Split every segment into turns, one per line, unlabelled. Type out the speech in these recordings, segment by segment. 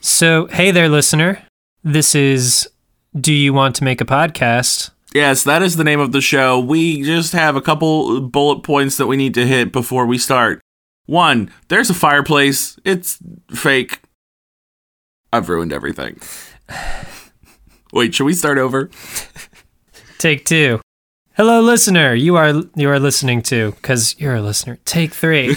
So, hey there, listener. This is Do You Want to Make a Podcast?
Yes, that is the name of the show. We just have a couple bullet points that we need to hit before we start. One, there's a fireplace. It's fake. I've ruined everything. Wait, should we start over?
Take two. Hello, listener. You are you are listening to because you're a listener. Take three.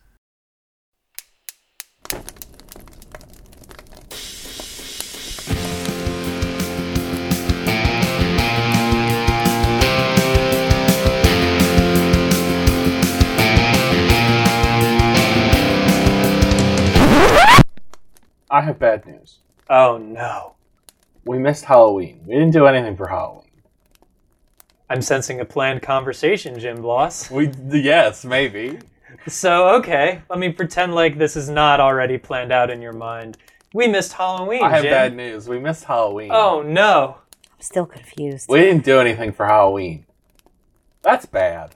I have bad news.
Oh no.
We missed Halloween. We didn't do anything for Halloween.
I'm sensing a planned conversation, Jim Bloss.
We yes, maybe.
So, okay, let me pretend like this is not already planned out in your mind. We missed Halloween,
I have bad news. We missed Halloween.
Oh. no.
I'm still confused.
We didn't do anything for Halloween. That's bad.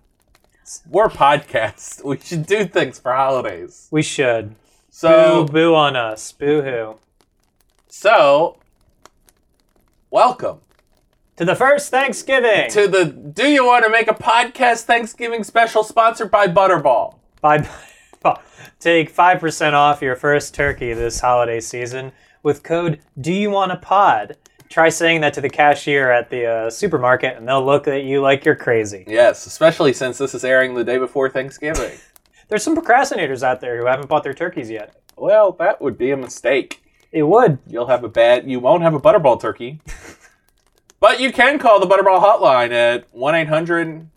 We're podcasts. We should do things for holidays.
We should.
So
boo boo on us. Boo hoo.
so welcome
To the first Thanksgiving.
to the Do You Want to Make a Podcast Thanksgiving special sponsored by Butterball.
Bye. Take 5% off your first turkey this holiday season with code Do You Want a Pod? Try saying that to the cashier at the uh, supermarket and they'll look at you like you're crazy.
Yes, especially since this is airing the day before Thanksgiving.
There's some procrastinators out there who haven't bought their turkeys yet.
well, that would be a mistake.
It would.
You'll have a bad. You won't have a butterball turkey. but you can call the butterball hotline at one eight hundred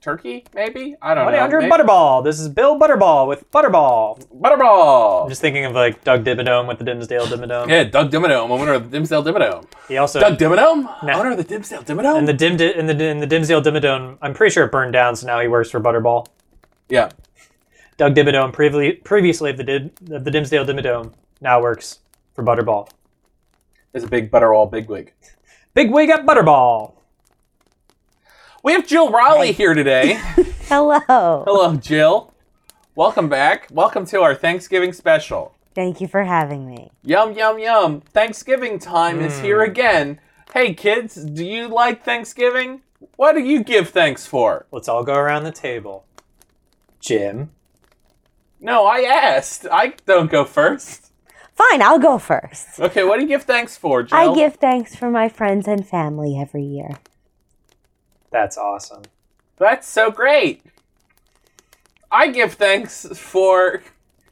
turkey. Maybe I don't
1
know.
800
Maybe-
Butterball. This is Bill Butterball with Butterball. I'm
Butterball.
just thinking of like Doug Dimmadome with the Dimsdale Dimmadome.
Yeah, Doug Dimmadome, owner of the Dimsdale Dimmadome.
He also
Doug Dimmadome,
No.
owner of the Dimsdale Dimmadome.
And the dim and the and the Dimsdale Dimmadome, I'm pretty sure it burned down, so now he works for Butterball.
yeah,
Doug Dimmadome, previously previously of the Dim, of the Dimsdale Dimmadome, now works for Butterball.
is a big Butterball bigwig.
Big wig at Butterball.
We have Jill Raleigh here today.
Hello.
Hello, Jill. Welcome back. Welcome to our Thanksgiving special.
Thank you for having me.
Yum, yum, yum. Thanksgiving time is here again. Hey, kids, do you like Thanksgiving? What do you give thanks for?
Let's all go around the table. Jim.
No, I asked. I don't go first.
Fine, I'll go first.
Okay, what do you give thanks for, Jill?
I give thanks for my friends and family every year.
That's awesome.
That's so great. I give thanks for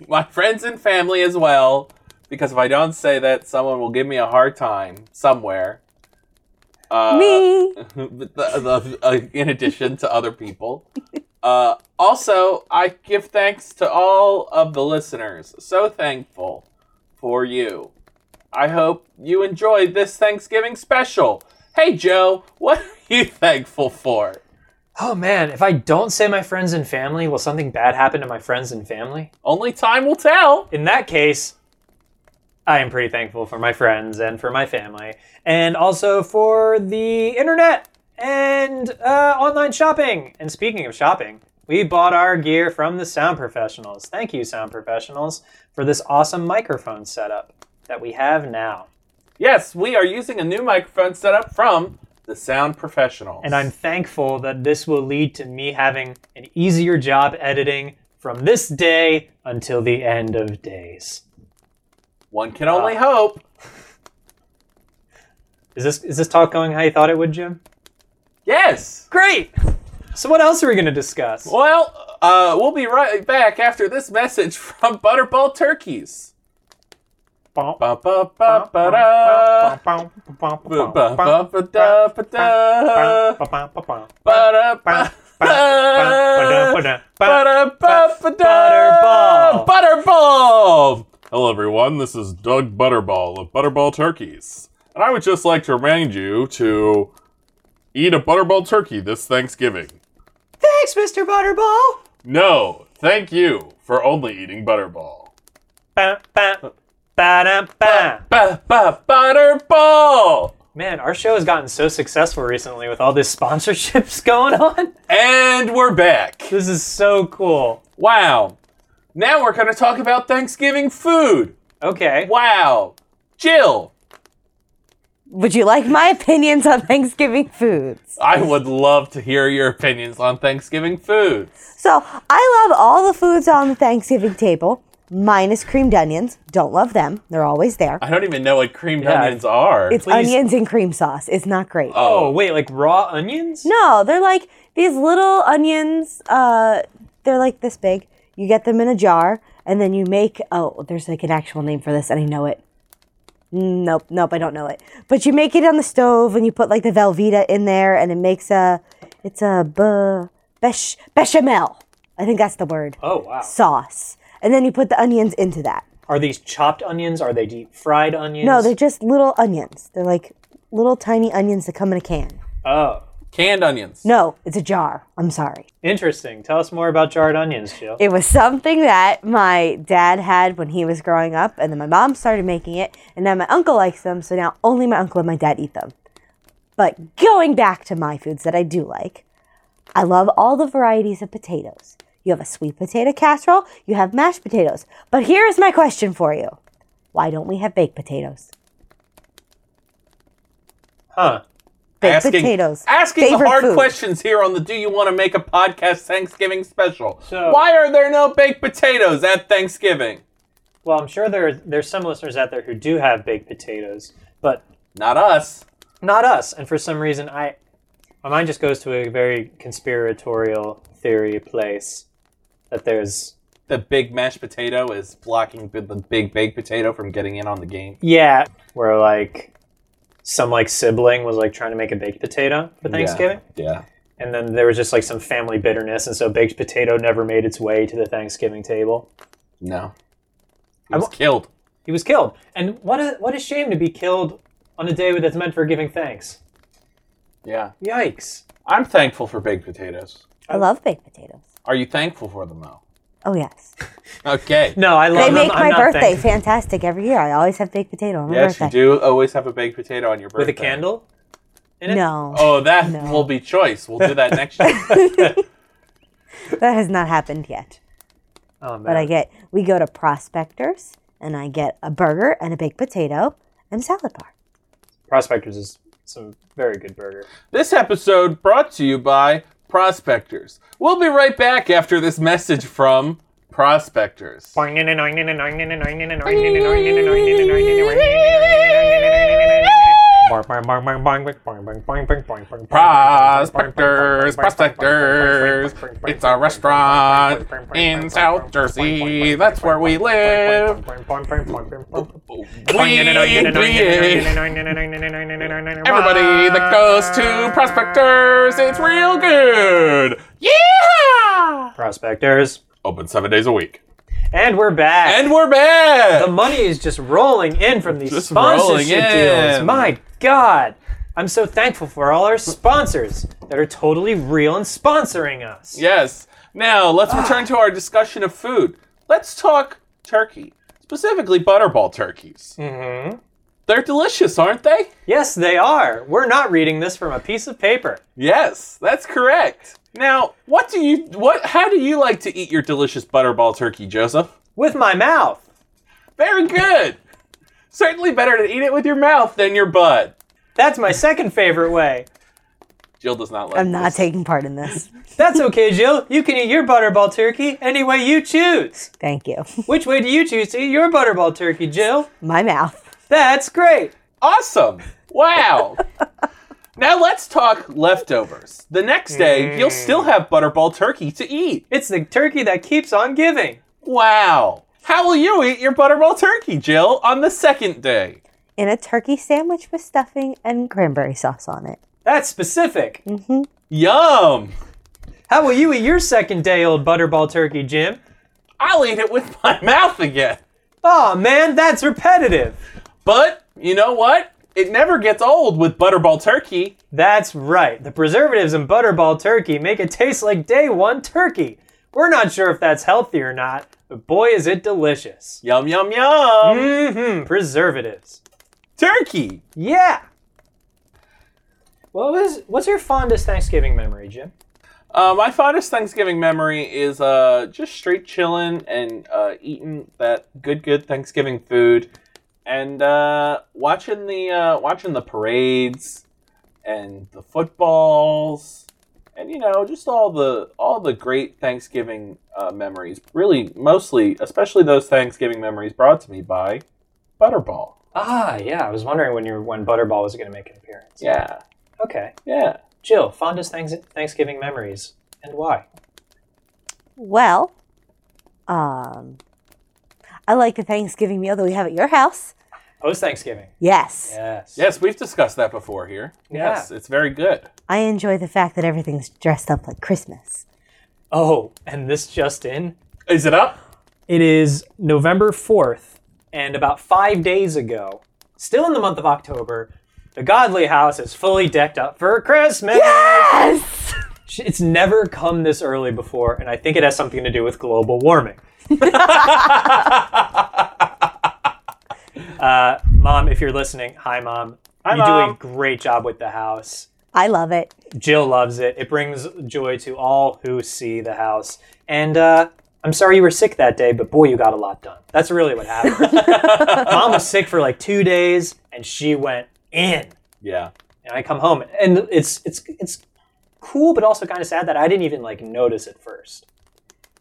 my friends and family as well, because if I don't say that, someone will give me a hard time somewhere. Uh,
me.
the, the, uh, in addition to other people. Uh, also, I give thanks to all of the listeners. So thankful for you. I hope you enjoyed this Thanksgiving special. Hey, Joe, what are you thankful for?
Oh man, if I don't say my friends and family, will something bad happen to my friends and family?
Only time will tell.
In that case, I am pretty thankful for my friends and for my family, and also for the internet and uh, online shopping. And speaking of shopping, we bought our gear from the sound professionals. Thank you, sound professionals, for this awesome microphone setup that we have now.
Yes, we are using a new microphone setup from the Sound Professionals.
And I'm thankful that this will lead to me having an easier job editing from this day until the end of days. Uh.
One can only hope.
Is this is this talk going how you thought it would, Jim?
Yes.
Great. So what else are we going to discuss?
Well, uh, we'll be right back after this message from Butterball Turkeys.
Bum,
Ba ba
bum,
ba ba
bum,
da.
bum, bum,
Ba
bum, bum,
ba ba
bum, bum,
ba da ba da.
bum, bum, bum, bum.
Ba da ba da. Butterball.
Butterball.
Butterball. Hello, everyone. This is Doug Butterball of Butterball Turkeys, and I would just like to remind you to eat a Butterball turkey this Thanksgiving.
Thanks, Mr. Butterball.
No, thank you for only eating Butterball.
Bum, bum, ba-dum, bum.
Ba ba Butterball.
Man, our show has gotten so successful recently with all these sponsorships going on.
And we're back.
This is so cool.
Wow. Now we're going to talk about Thanksgiving food.
Okay.
Wow. Jill,
Would you like my opinions on Thanksgiving foods?
I would love to hear your opinions on Thanksgiving foods.
So I love all the foods on the Thanksgiving table, minus creamed onions. Don't love them. They're always there.
I don't even know what creamed
Yeah,
onions are.
It's onions and cream sauce. It's not great.
Oh, wait, like raw onions?
No, they're like these little onions. Uh, they're like this big. You get them in a jar, and then you make. Oh, there's like an actual name for this, and I know it. Nope, nope, I don't know it. But you make it on the stove, and you put like the Velveeta in there, and it makes a. It's a b- besh, bechamel. I think that's the word.
Oh, wow.
Sauce, and then you put the onions into that.
Are these chopped onions? Are they deep fried onions?
No, they're just little onions. They're like little tiny onions that come in a can.
Oh,
Canned onions.
No, it's a jar. I'm sorry.
interesting. Tell us more about jarred onions, Jill.
It was something that my dad had when he was growing up, and then my mom started making it, and now my uncle likes them, so now only my uncle and my dad eat them. But going back to my foods that I do like, I love all the varieties of potatoes. You have a sweet potato casserole, you have mashed potatoes. But here is my question for you Why don't we have baked potatoes?
Huh.
Baked potatoes.
Asking the
favorite
hard
food.
questions here on the Do You Want to Make a Podcast Thanksgiving special.
So-
Why are there no baked potatoes at Thanksgiving?
Well, I'm sure there there's some listeners out there who do have baked potatoes, but
Not us.
not us. And for some reason, I my mind just goes to a very conspiratorial theory place that there's
The big mashed potato is blocking the the big baked potato from getting in on the game.
yeah, where like some like sibling was like trying to make a baked potato for Thanksgiving,
Yeah.
and then there was just like some family bitterness, and so baked potato never made its way to the Thanksgiving table.
No. He
I
was
wa-
killed.
He was killed, and what a what a shame to be killed on a day that's meant for giving thanks.
Yeah.
Yikes.
I'm thankful for baked potatoes.
Oh.
I love baked potatoes.
Are you thankful for them though?
Oh, yes.
Okay.
No, I love.
They
them.
make
I'm
my
not
birthday
thankful.
fantastic every year. I always have baked potato on my
Yes, you
birthday.
do always have a baked potato on your birthday.
with a candle. in it?
No.
Oh, that
No.
will be choice. We'll do that next year.
That has not happened yet.
Oh man.
But I get we go to Prospectors and I get a burger and a baked potato and a salad bar.
Prospectors is some very good burger.
this episode brought to you by Prospectors. We'll be right back after this message from Prospectors. Prospectors, Prospectors. It's a restaurant in South Jersey. That's where we live. We create everybody that goes to Prospectors. It's real good. Yeah!
Prospectors.
Open seven days a week.
And we're back.
And we're back.
the money is just rolling in from these
Just rolling
sponsorship
in.
deals. My God. I'm so thankful for all our sponsors that are totally real and sponsoring us.
Yes. Now let's return to our discussion of food. Let's talk turkey, specifically butterball turkeys. Mm-hmm. They're delicious, aren't they?
Yes, they are. We're not reading this from a piece of paper.
Yes, that's correct. Now, what do you what? How do you like to eat your delicious butterball turkey, Joseph?
With my mouth.
Very good. Certainly better to eat it with your mouth than your butt.
That's my second favorite way.
Jill does not like.
I'm not
this.
taking part in this.
That's okay, Jill. You can eat your butterball turkey any way you choose.
Thank you.
Which way do you choose to eat your butterball turkey, Jill?
My mouth.
That's great.
awesome. Wow. now let's talk leftovers. The next day, you'll still have butterball turkey to eat.
It's the turkey that keeps on giving.
Wow. How will you eat your butterball turkey, Jill, on the second day?
In a turkey sandwich with stuffing and cranberry sauce on it.
That's specific.
Yum.
How will you eat your second day old butterball turkey, Jim?
I'll eat it with my mouth again.
Aw, man, that's repetitive.
But you know what? It never gets old with butterball turkey.
That's right. The preservatives in Butterball turkey make it taste like day one turkey. We're not sure if that's healthy or not, but boy, is it delicious.
Yum, yum, yum.
hmm preservatives.
Turkey.
Yeah. What was what's your fondest Thanksgiving memory, Jim?
Uh, my fondest Thanksgiving memory is uh, just straight chilling and uh, eating that good, good Thanksgiving food, and uh, watching the uh, watching the parades and the footballs, and you know, just all the all the great Thanksgiving uh, memories. Really, mostly, especially those Thanksgiving memories brought to me by Butterball.
Ah, yeah. I was wondering when your when Butterball was going to make an appearance.
Yeah,
Okay.
yeah.
Jill, fondest thanks- Thanksgiving memories and why?
Well, um, I like the Thanksgiving meal that we have at your house.
Post Thanksgiving.
Yes.
Yes.
Yes, we've discussed that before here.
Yeah.
Yes, it's very good.
I enjoy the fact that everything's dressed up like Christmas.
Oh, and this just in.
Is it up?
It is November 4th, and about five days ago, still in the month of October, the Godly House is fully decked up for Christmas.
Yes!
Sh- It's never come this early before, and I think it has something to do with global warming. uh, Mom, if you're listening, hi, Mom. you do
Mom.
a great job with the house.
I love it.
Jill loves it. It brings joy to all who see the house. And uh, I'm sorry you were sick that day, but boy, you got a lot done. That's really what happened. Mom was sick for like two days, and she went in.
Yeah.
And I come home, and it's it's it's cool, but also kind of sad that I didn't even like notice at first.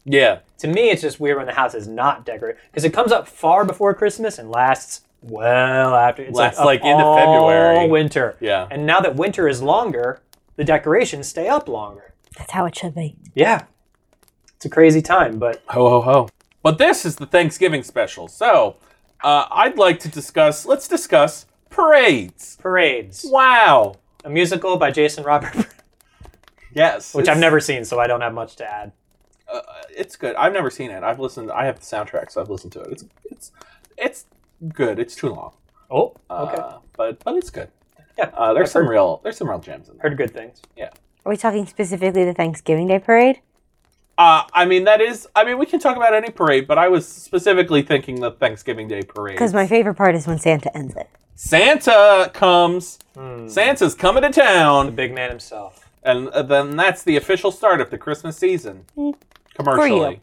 Yeah.
To me, it's just weird when the house is not decorated because it comes up far before Christmas and lasts well after. It's
Lasts,
up
like, into
all
February.
winter.
Yeah.
And now that winter is longer, the decorations stay up longer.
That's how it should be.
Yeah. It's a crazy time, but
Ho ho ho. But this is the Thanksgiving special, so uh, I'd like to discuss. Let's discuss parades.
Parades,
Wow.
a musical by Jason Robert,
Yes.
which
it's-
I've never seen, so I don't have much to add.
Uh, it's good. I've never seen it. I've listened. I have the soundtrack, so I've listened to it. It's it's it's good. It's too long.
Oh,
Uh,
okay.
But but it's good.
Yeah,
Uh, there's
I've
some
heard-
real there's some real gems in there.
Heard good things.
Are we talking specifically the Thanksgiving Day parade?
Uh, I mean that is. I mean we can talk about any parade, but I was specifically thinking the Thanksgiving Day parade.
Because my favorite part is when Santa ends it.
Santa comes.
Hmm.
Santa's coming to town.
The big man himself.
and uh, then that's the official start of the Christmas season commercially.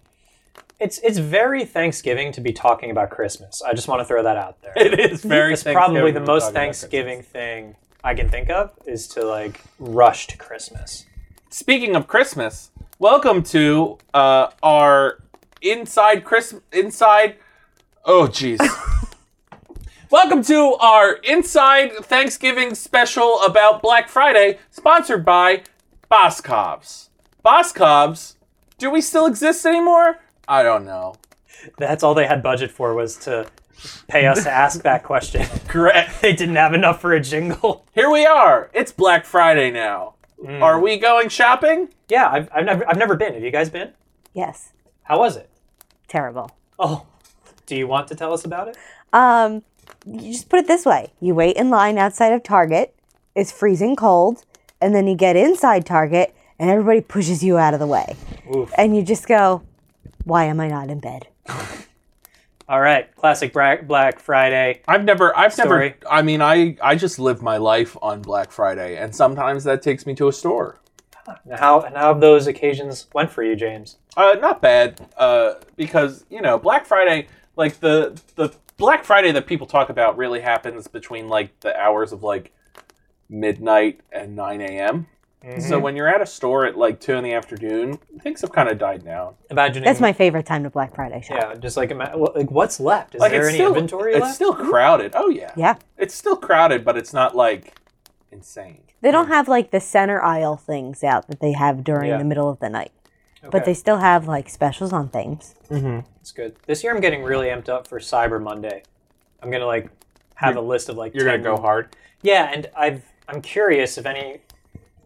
It's it's very Thanksgiving to be talking about Christmas. I just want to throw that out there.
It is very.
it's probably
Thanksgiving
the
to
most
talk about Christmas.
Thanksgiving thing I can think of is to like rush to Christmas.
Speaking of Christmas, welcome to uh, our inside Christmas inside. Oh jeez. welcome to our inside Thanksgiving special about Black Friday, sponsored by Boscovs. Boscovs, do we still exist anymore? I don't know.
That's all they had budget for was to pay us to ask that question.
Correct.
they didn't have enough for a jingle.
Here we are. It's Black Friday now.
Hmm.
Are we going shopping?
Yeah, I've, I've never I've never been. Have you guys been?
Yes.
How was it?
Terrible.
Oh, do you want to tell us about it?
Um, you just put it this way you wait in line outside of Target, it's freezing cold, and then you get inside Target, and everybody pushes you out of the way. And you just go, why am I not in bed?
All right, classic Bra- Black Friday.
I've never I've
Story.
never I mean I I just live my life on Black Friday and sometimes that takes me to a store.
Now, how and how have those occasions went for you, James?
Uh not bad uh because you know Black Friday like the the Black Friday that people talk about really happens between like the hours of like midnight and 9 a.m.
Mm-hmm.
So when you're at a store at like two in the afternoon, things have kind of died down.
Imagining
That's my favorite time to Black Friday shop.
yeah, just like ima- well, like what's left? Is
Like
there
it's
any
still
inventory
it's
left?
still crowded. Oh yeah,
Yeah.
it's still crowded, but it's not like insane.
They don't have like the center aisle things out that they have during
Yeah.
the middle of the night.
Okay.
But they still have like specials on things.
It's good. This year I'm getting really amped up for Cyber Monday. I'm gonna like have a list of like
You're
10
gonna go hard.
Yeah, and I've I'm curious if any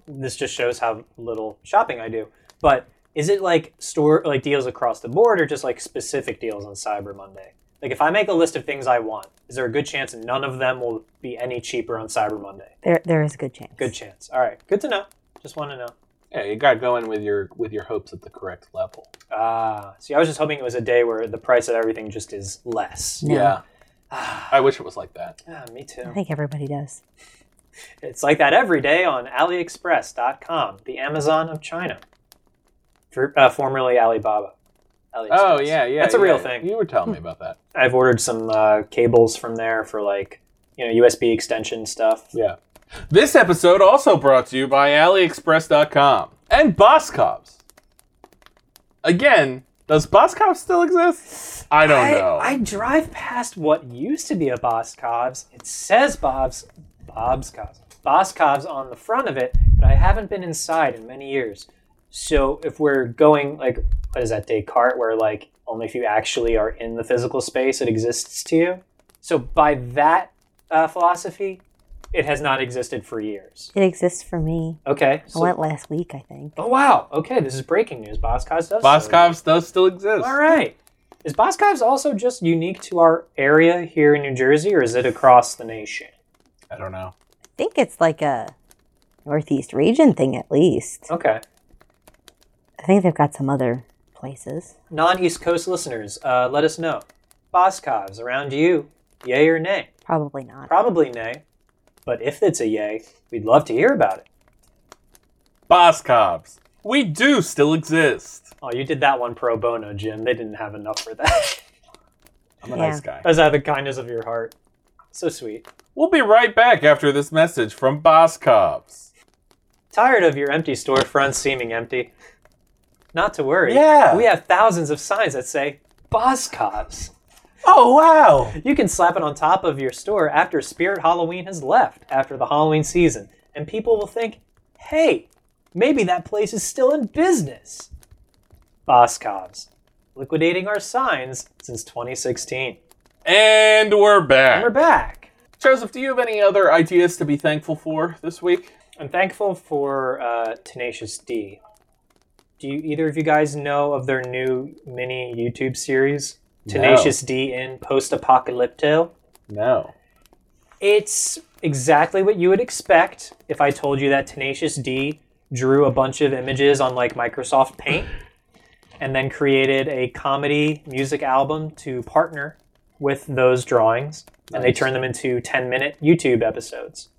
this just shows how little shopping I do. But is it like store like deals across the board or just like specific deals on Cyber Monday? Like if I make a list of things I want, is there a good chance none of them will be any cheaper on Cyber Monday?
There, there is a good chance.
Good chance. All right. Good to know. Just want to know.
Yeah, you got going with your with your hopes at the correct level.
Ah, see, I was just hoping it was a day where the price of everything just is less.
Yeah, I wish it was like that.
Ah, me
I
too.
think everybody does.
It's like that every day on AliExpress.com, the Amazon of China, for, uh, formerly Alibaba. AliExpress.
Oh yeah, yeah,
That's a real
yeah.
thing.
You were telling me about that.
I've ordered some uh, cables from there for like you know USB extension stuff.
Yeah. This episode also brought to you by AliExpress.com and Boscov's. Again, does Boscov's still exist? I don't know.
I drive past what used to be a Boscov's. It says Bob's, Bob's Cobs, Boscov's on the front of it, but I haven't been inside in many years. So if we're going like, what is that Descartes, where like only if you actually are in the physical space it exists to you. So by that uh, philosophy, it has not existed for years.
It exists for me.
Okay.
I
so-
went last week, I think.
oh wow. Okay, this is breaking news. Boscov's does.
Boscov's does still exist.
All right. Is Boscov's also just unique to our area here in New Jersey, or is it across the nation?
I don't know.
I think it's like a Northeast region thing at least.
Okay.
I think they've got some other places.
Non East Coast listeners, uh, let us know. Boscov's around you, yay or nay?
Probably not.
Probably nay, but if it's a yay, we'd love to hear about it.
Boscov's. We do still exist.
Oh, you did that one pro bono, Jim. They didn't have enough for that.
I'm a
Yeah.
nice guy.
That's out of the kindness of your heart. So sweet.
We'll be right back after this message from Boscov's.
Tired of your empty storefront seeming empty? Not to worry.
Yeah.
We have thousands of signs that say Boscov's.
Oh, wow.
You can slap it on top of your store after Spirit Halloween has left after the Halloween season, and people will think, hey, maybe that place is still in business. Boscov's, liquidating our signs since 2016.
And we're back.
And we're back.
Joseph, do you have any other ideas to be thankful for this week?
I'm thankful for uh, Tenacious D. Do you, either of you guys know of their new mini YouTube series, Tenacious D in Post Apocalypto?
No.
It's exactly what you would expect if I told you that Tenacious D drew a bunch of images on like Microsoft Paint and then created a comedy music album to partner with those drawings and they
Nice.
turned them into 10 minute YouTube episodes.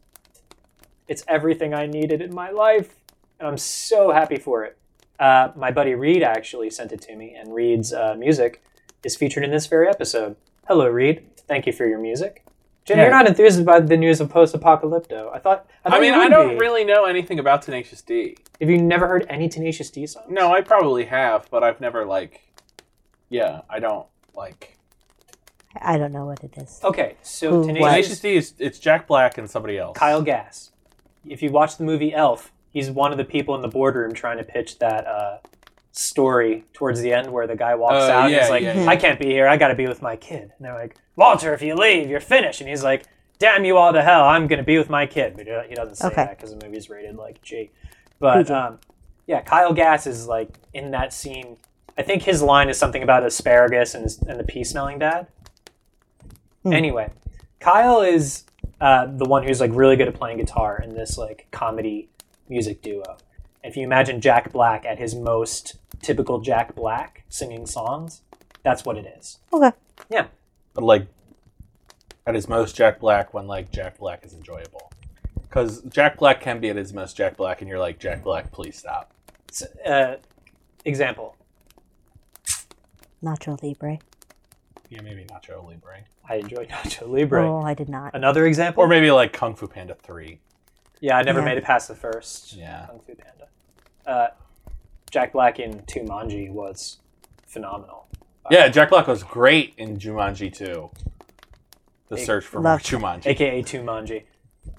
It's everything I needed in my life and I'm so happy for it. Uh, my buddy Reed actually sent it to me and Reed's uh, music is featured in this very episode. Hello, Reed. Thank you for your music. Jim,
Yeah.
you're not enthused about the news of post-apocalypto. I thought. I, thought
I mean,
you would
I don't
be.
really know anything about Tenacious D.
Have you never heard any Tenacious D song?
No, I probably have, but I've never like. Yeah, I don't like.
I I don't know what it is.
Okay, so
Who,
Tenacious
Tenacious D is it's Jack Black and somebody else.
Kyle Gass. If you watch the movie Elf, he's one of the people in the boardroom trying to pitch that uh, story towards the end where the guy walks
Oh,
out and
yeah,
he's like,
yeah, yeah.
I can't be here. I got to be with my kid. And they're like, Walter, if you leave, you're finished. And he's like, damn you all to hell. I'm going to be with my kid. But uh, he doesn't say
Okay.
that because the movie's rated like G. But um, yeah, Kyle Gass is like in that scene. I think his line is something about asparagus and, his, and the pea smelling bad. Anyway, Kyle is uh, the one who's like really good at playing guitar in this like comedy music duo. If you imagine Jack Black at his most typical Jack Black singing songs, that's what it is.
Okay.
Yeah.
but like at his most Jack Black when like Jack Black is enjoyable. Because Jack Black can be at his most Jack Black, and you're like Jack Black, please stop.
S uh, example.
Nacho Libre.
Yeah, maybe Nacho Libre,
I enjoy Nacho Libre.
Oh, I did not.
Another example.
or maybe like Kung Fu Panda Three.
Yeah, I never
Yeah.
made it past the first
Yeah.
Kung Fu Panda. Uh, Jack Black in Tumanji was phenomenal.
Yeah, Jack Black was great in Jumanji 2. The
Hey,
search for
love-
Jumanji.
aka Tumanji.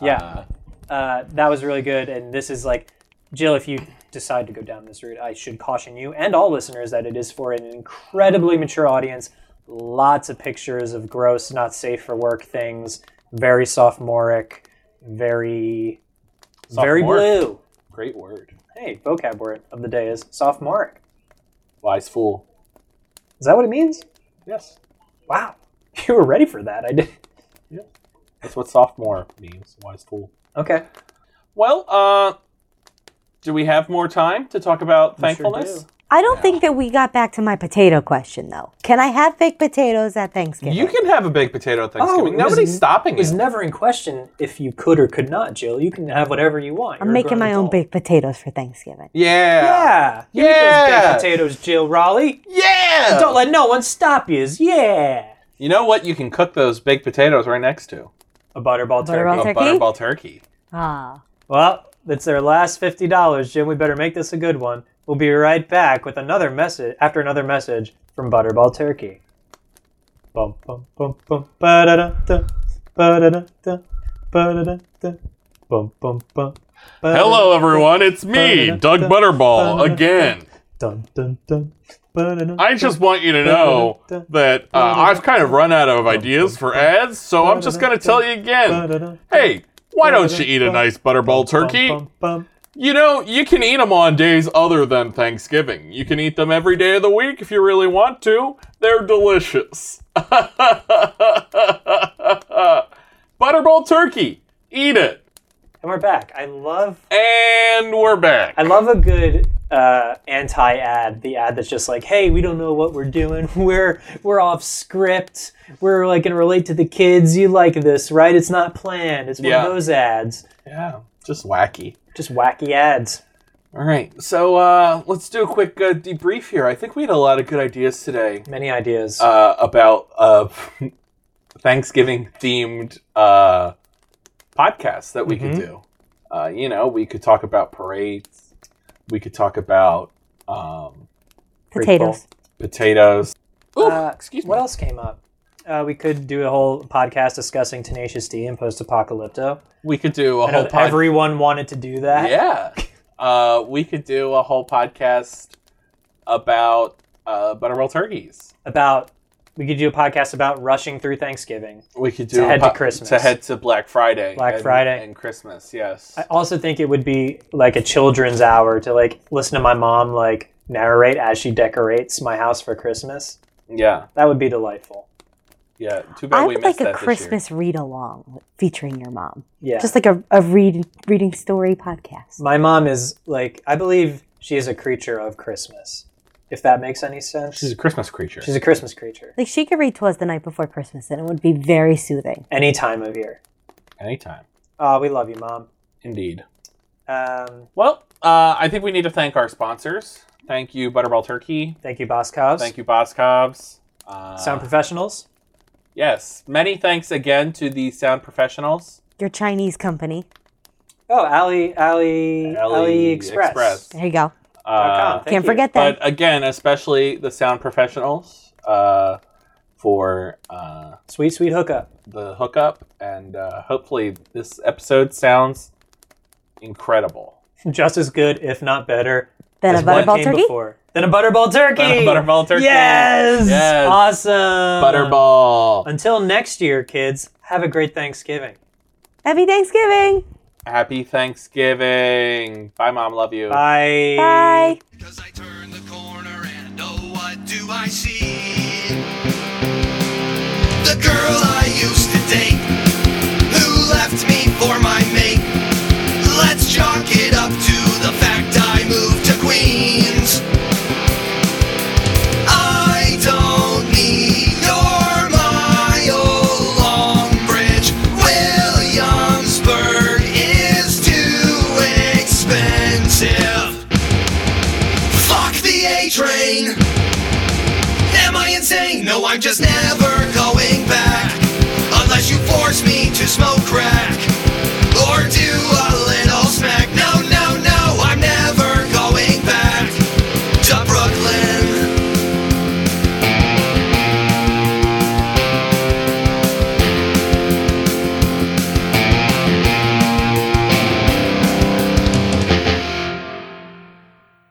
Yeah,
Uh,
uh, that was really good. And this is like, Jill, if you decide to go down this route, I should caution you and all listeners that it is for an incredibly mature audience. Lots of pictures of gross, not safe for work things. Very sophomoric. Very, very
Sophomoric.
blue.
great word.
Hey, vocab word of the day is sophomoric.
Wise fool.
Is that what it means?
Yes.
Wow, you were ready for that. I did.
That's what sophomore means. Wise fool.
Okay.
Well, uh, do we have more time to talk about
We sure
thankfulness?
do.
I don't think that we got back to my potato question though. Can I have baked potatoes at Thanksgiving?
You can have a baked potato at Thanksgiving.
it was
Nobody's
n-
stopping
It was
you.
never in question if you could or could not, Jill. You can have whatever you want.
I'm
You're a
making
grown
my own
adult.
baked potatoes for Thanksgiving.
Yeah.
Yeah. You eat those
Yeah.
baked potatoes, Jill Raleigh.
Yeah.
Don't let no one stop you. Yeah.
you know what? You can cook those baked potatoes right next to
A butterball turkey.
Butterball
a
Turkey?
butterball turkey.
Ah.
Well, that's their last fifty dollars, Jim. We better make this a good one. We'll be right back with another message after another message from Butterball Turkey. Bum bum bum bum ba-da-da-da, ba-da-da-da, ba-da-da-da, bum bum bum. ba-da-da-da,
Hello, everyone. It's me, Doug Butterball, again.
Dun dun dun. ba-da-da-da,
I just want you to know that uh, I've kind of run out of ideas for ads, so I'm just going to tell you again. Hey, why don't you eat a nice Butterball turkey?
bum, bum.
You know, you can eat them on days other than Thanksgiving. You can eat them every day of the week if you really want to. They're delicious. Butterball turkey. Eat it.
And we're back. I love
And we're back.
I love a good uh, anti ad, the ad that's just like, hey, we don't know what we're doing. We're we're off script. We're like gonna relate to the kids. You like this, right? It's not planned. It's one
Yeah.
of those ads.
Yeah. Just wacky.
Just wacky ads.
All right. So uh, let's do a quick uh, debrief here. I think we had a lot of good ideas today
Many ideas.
uh, about uh, Thanksgiving themed uh, podcasts that we could do. Uh, you know, we could talk about parades. We could talk about um,
Potatoes.
potatoes.
Uh,
excuse
What
me.
else came up? Uh, we could do a whole podcast discussing Tenacious D and Post Apocalypto.
We could do a
I know
whole
that
podcast.
everyone wanted to do that.
yeah. Uh, we could do a whole podcast about uh, butterball turkeys.
About we could do a podcast about rushing through Thanksgiving.
We could do
To
a
head to
po-
Christmas.
to head to Black Friday,
Black
and-
Friday.
and Christmas. Yes,
I also think it would be like a children's hour to like listen to my mom like narrate as she decorates my house for Christmas.
yeah,
That would be delightful.
yeah. Too bad
I
we
would
missed
like a
that this year.
Christmas read along featuring your mom.
Yeah.
Just like a, a read, reading story podcast.
my mom is like I believe she is a creature of Christmas. If that makes any sense.
She's a Christmas creature.
She's a Christmas creature.
Like she could read to us the night before Christmas and it would be very soothing.
Any time of year.
Anytime,
Oh, we love you, mom.
indeed.
Um,
Well, uh, I think we need to thank our sponsors. Thank you, Butterball Turkey.
thank you, Boscovs.
Thank you, Boscovs. Uh,
Sound professionals.
yes, many thanks again to the sound professionals.
Your Chinese company.
Oh, Ali, Ali, Ali E Express.
AliExpress.
There you go.
dot
E
com.
Uh,
Thank
Can't
you.
forget that.
but again, especially the sound professionals uh, for uh,
Sweet, sweet hookup.
the hookup, and uh, hopefully this episode sounds incredible.
Just as good, if not better,
then a
as what
butterball
came
turkey.
before. Then a butterball turkey.
Butterball turkey.
Yes.
Yes.
Awesome.
Butterball.
Until next year, kids, have a great Thanksgiving.
Happy Thanksgiving.
Happy Thanksgiving. Bye, mom. Love you.
Bye.
Bye.
Because I turn the corner and oh, what do I see? The girl I used to date, who left me for my mate. Let's chalk it up to the fact I moved to Queens. I don't need your mile-long bridge. Williamsburg is too expensive. Fuck the A train. Am I insane? No, I'm just never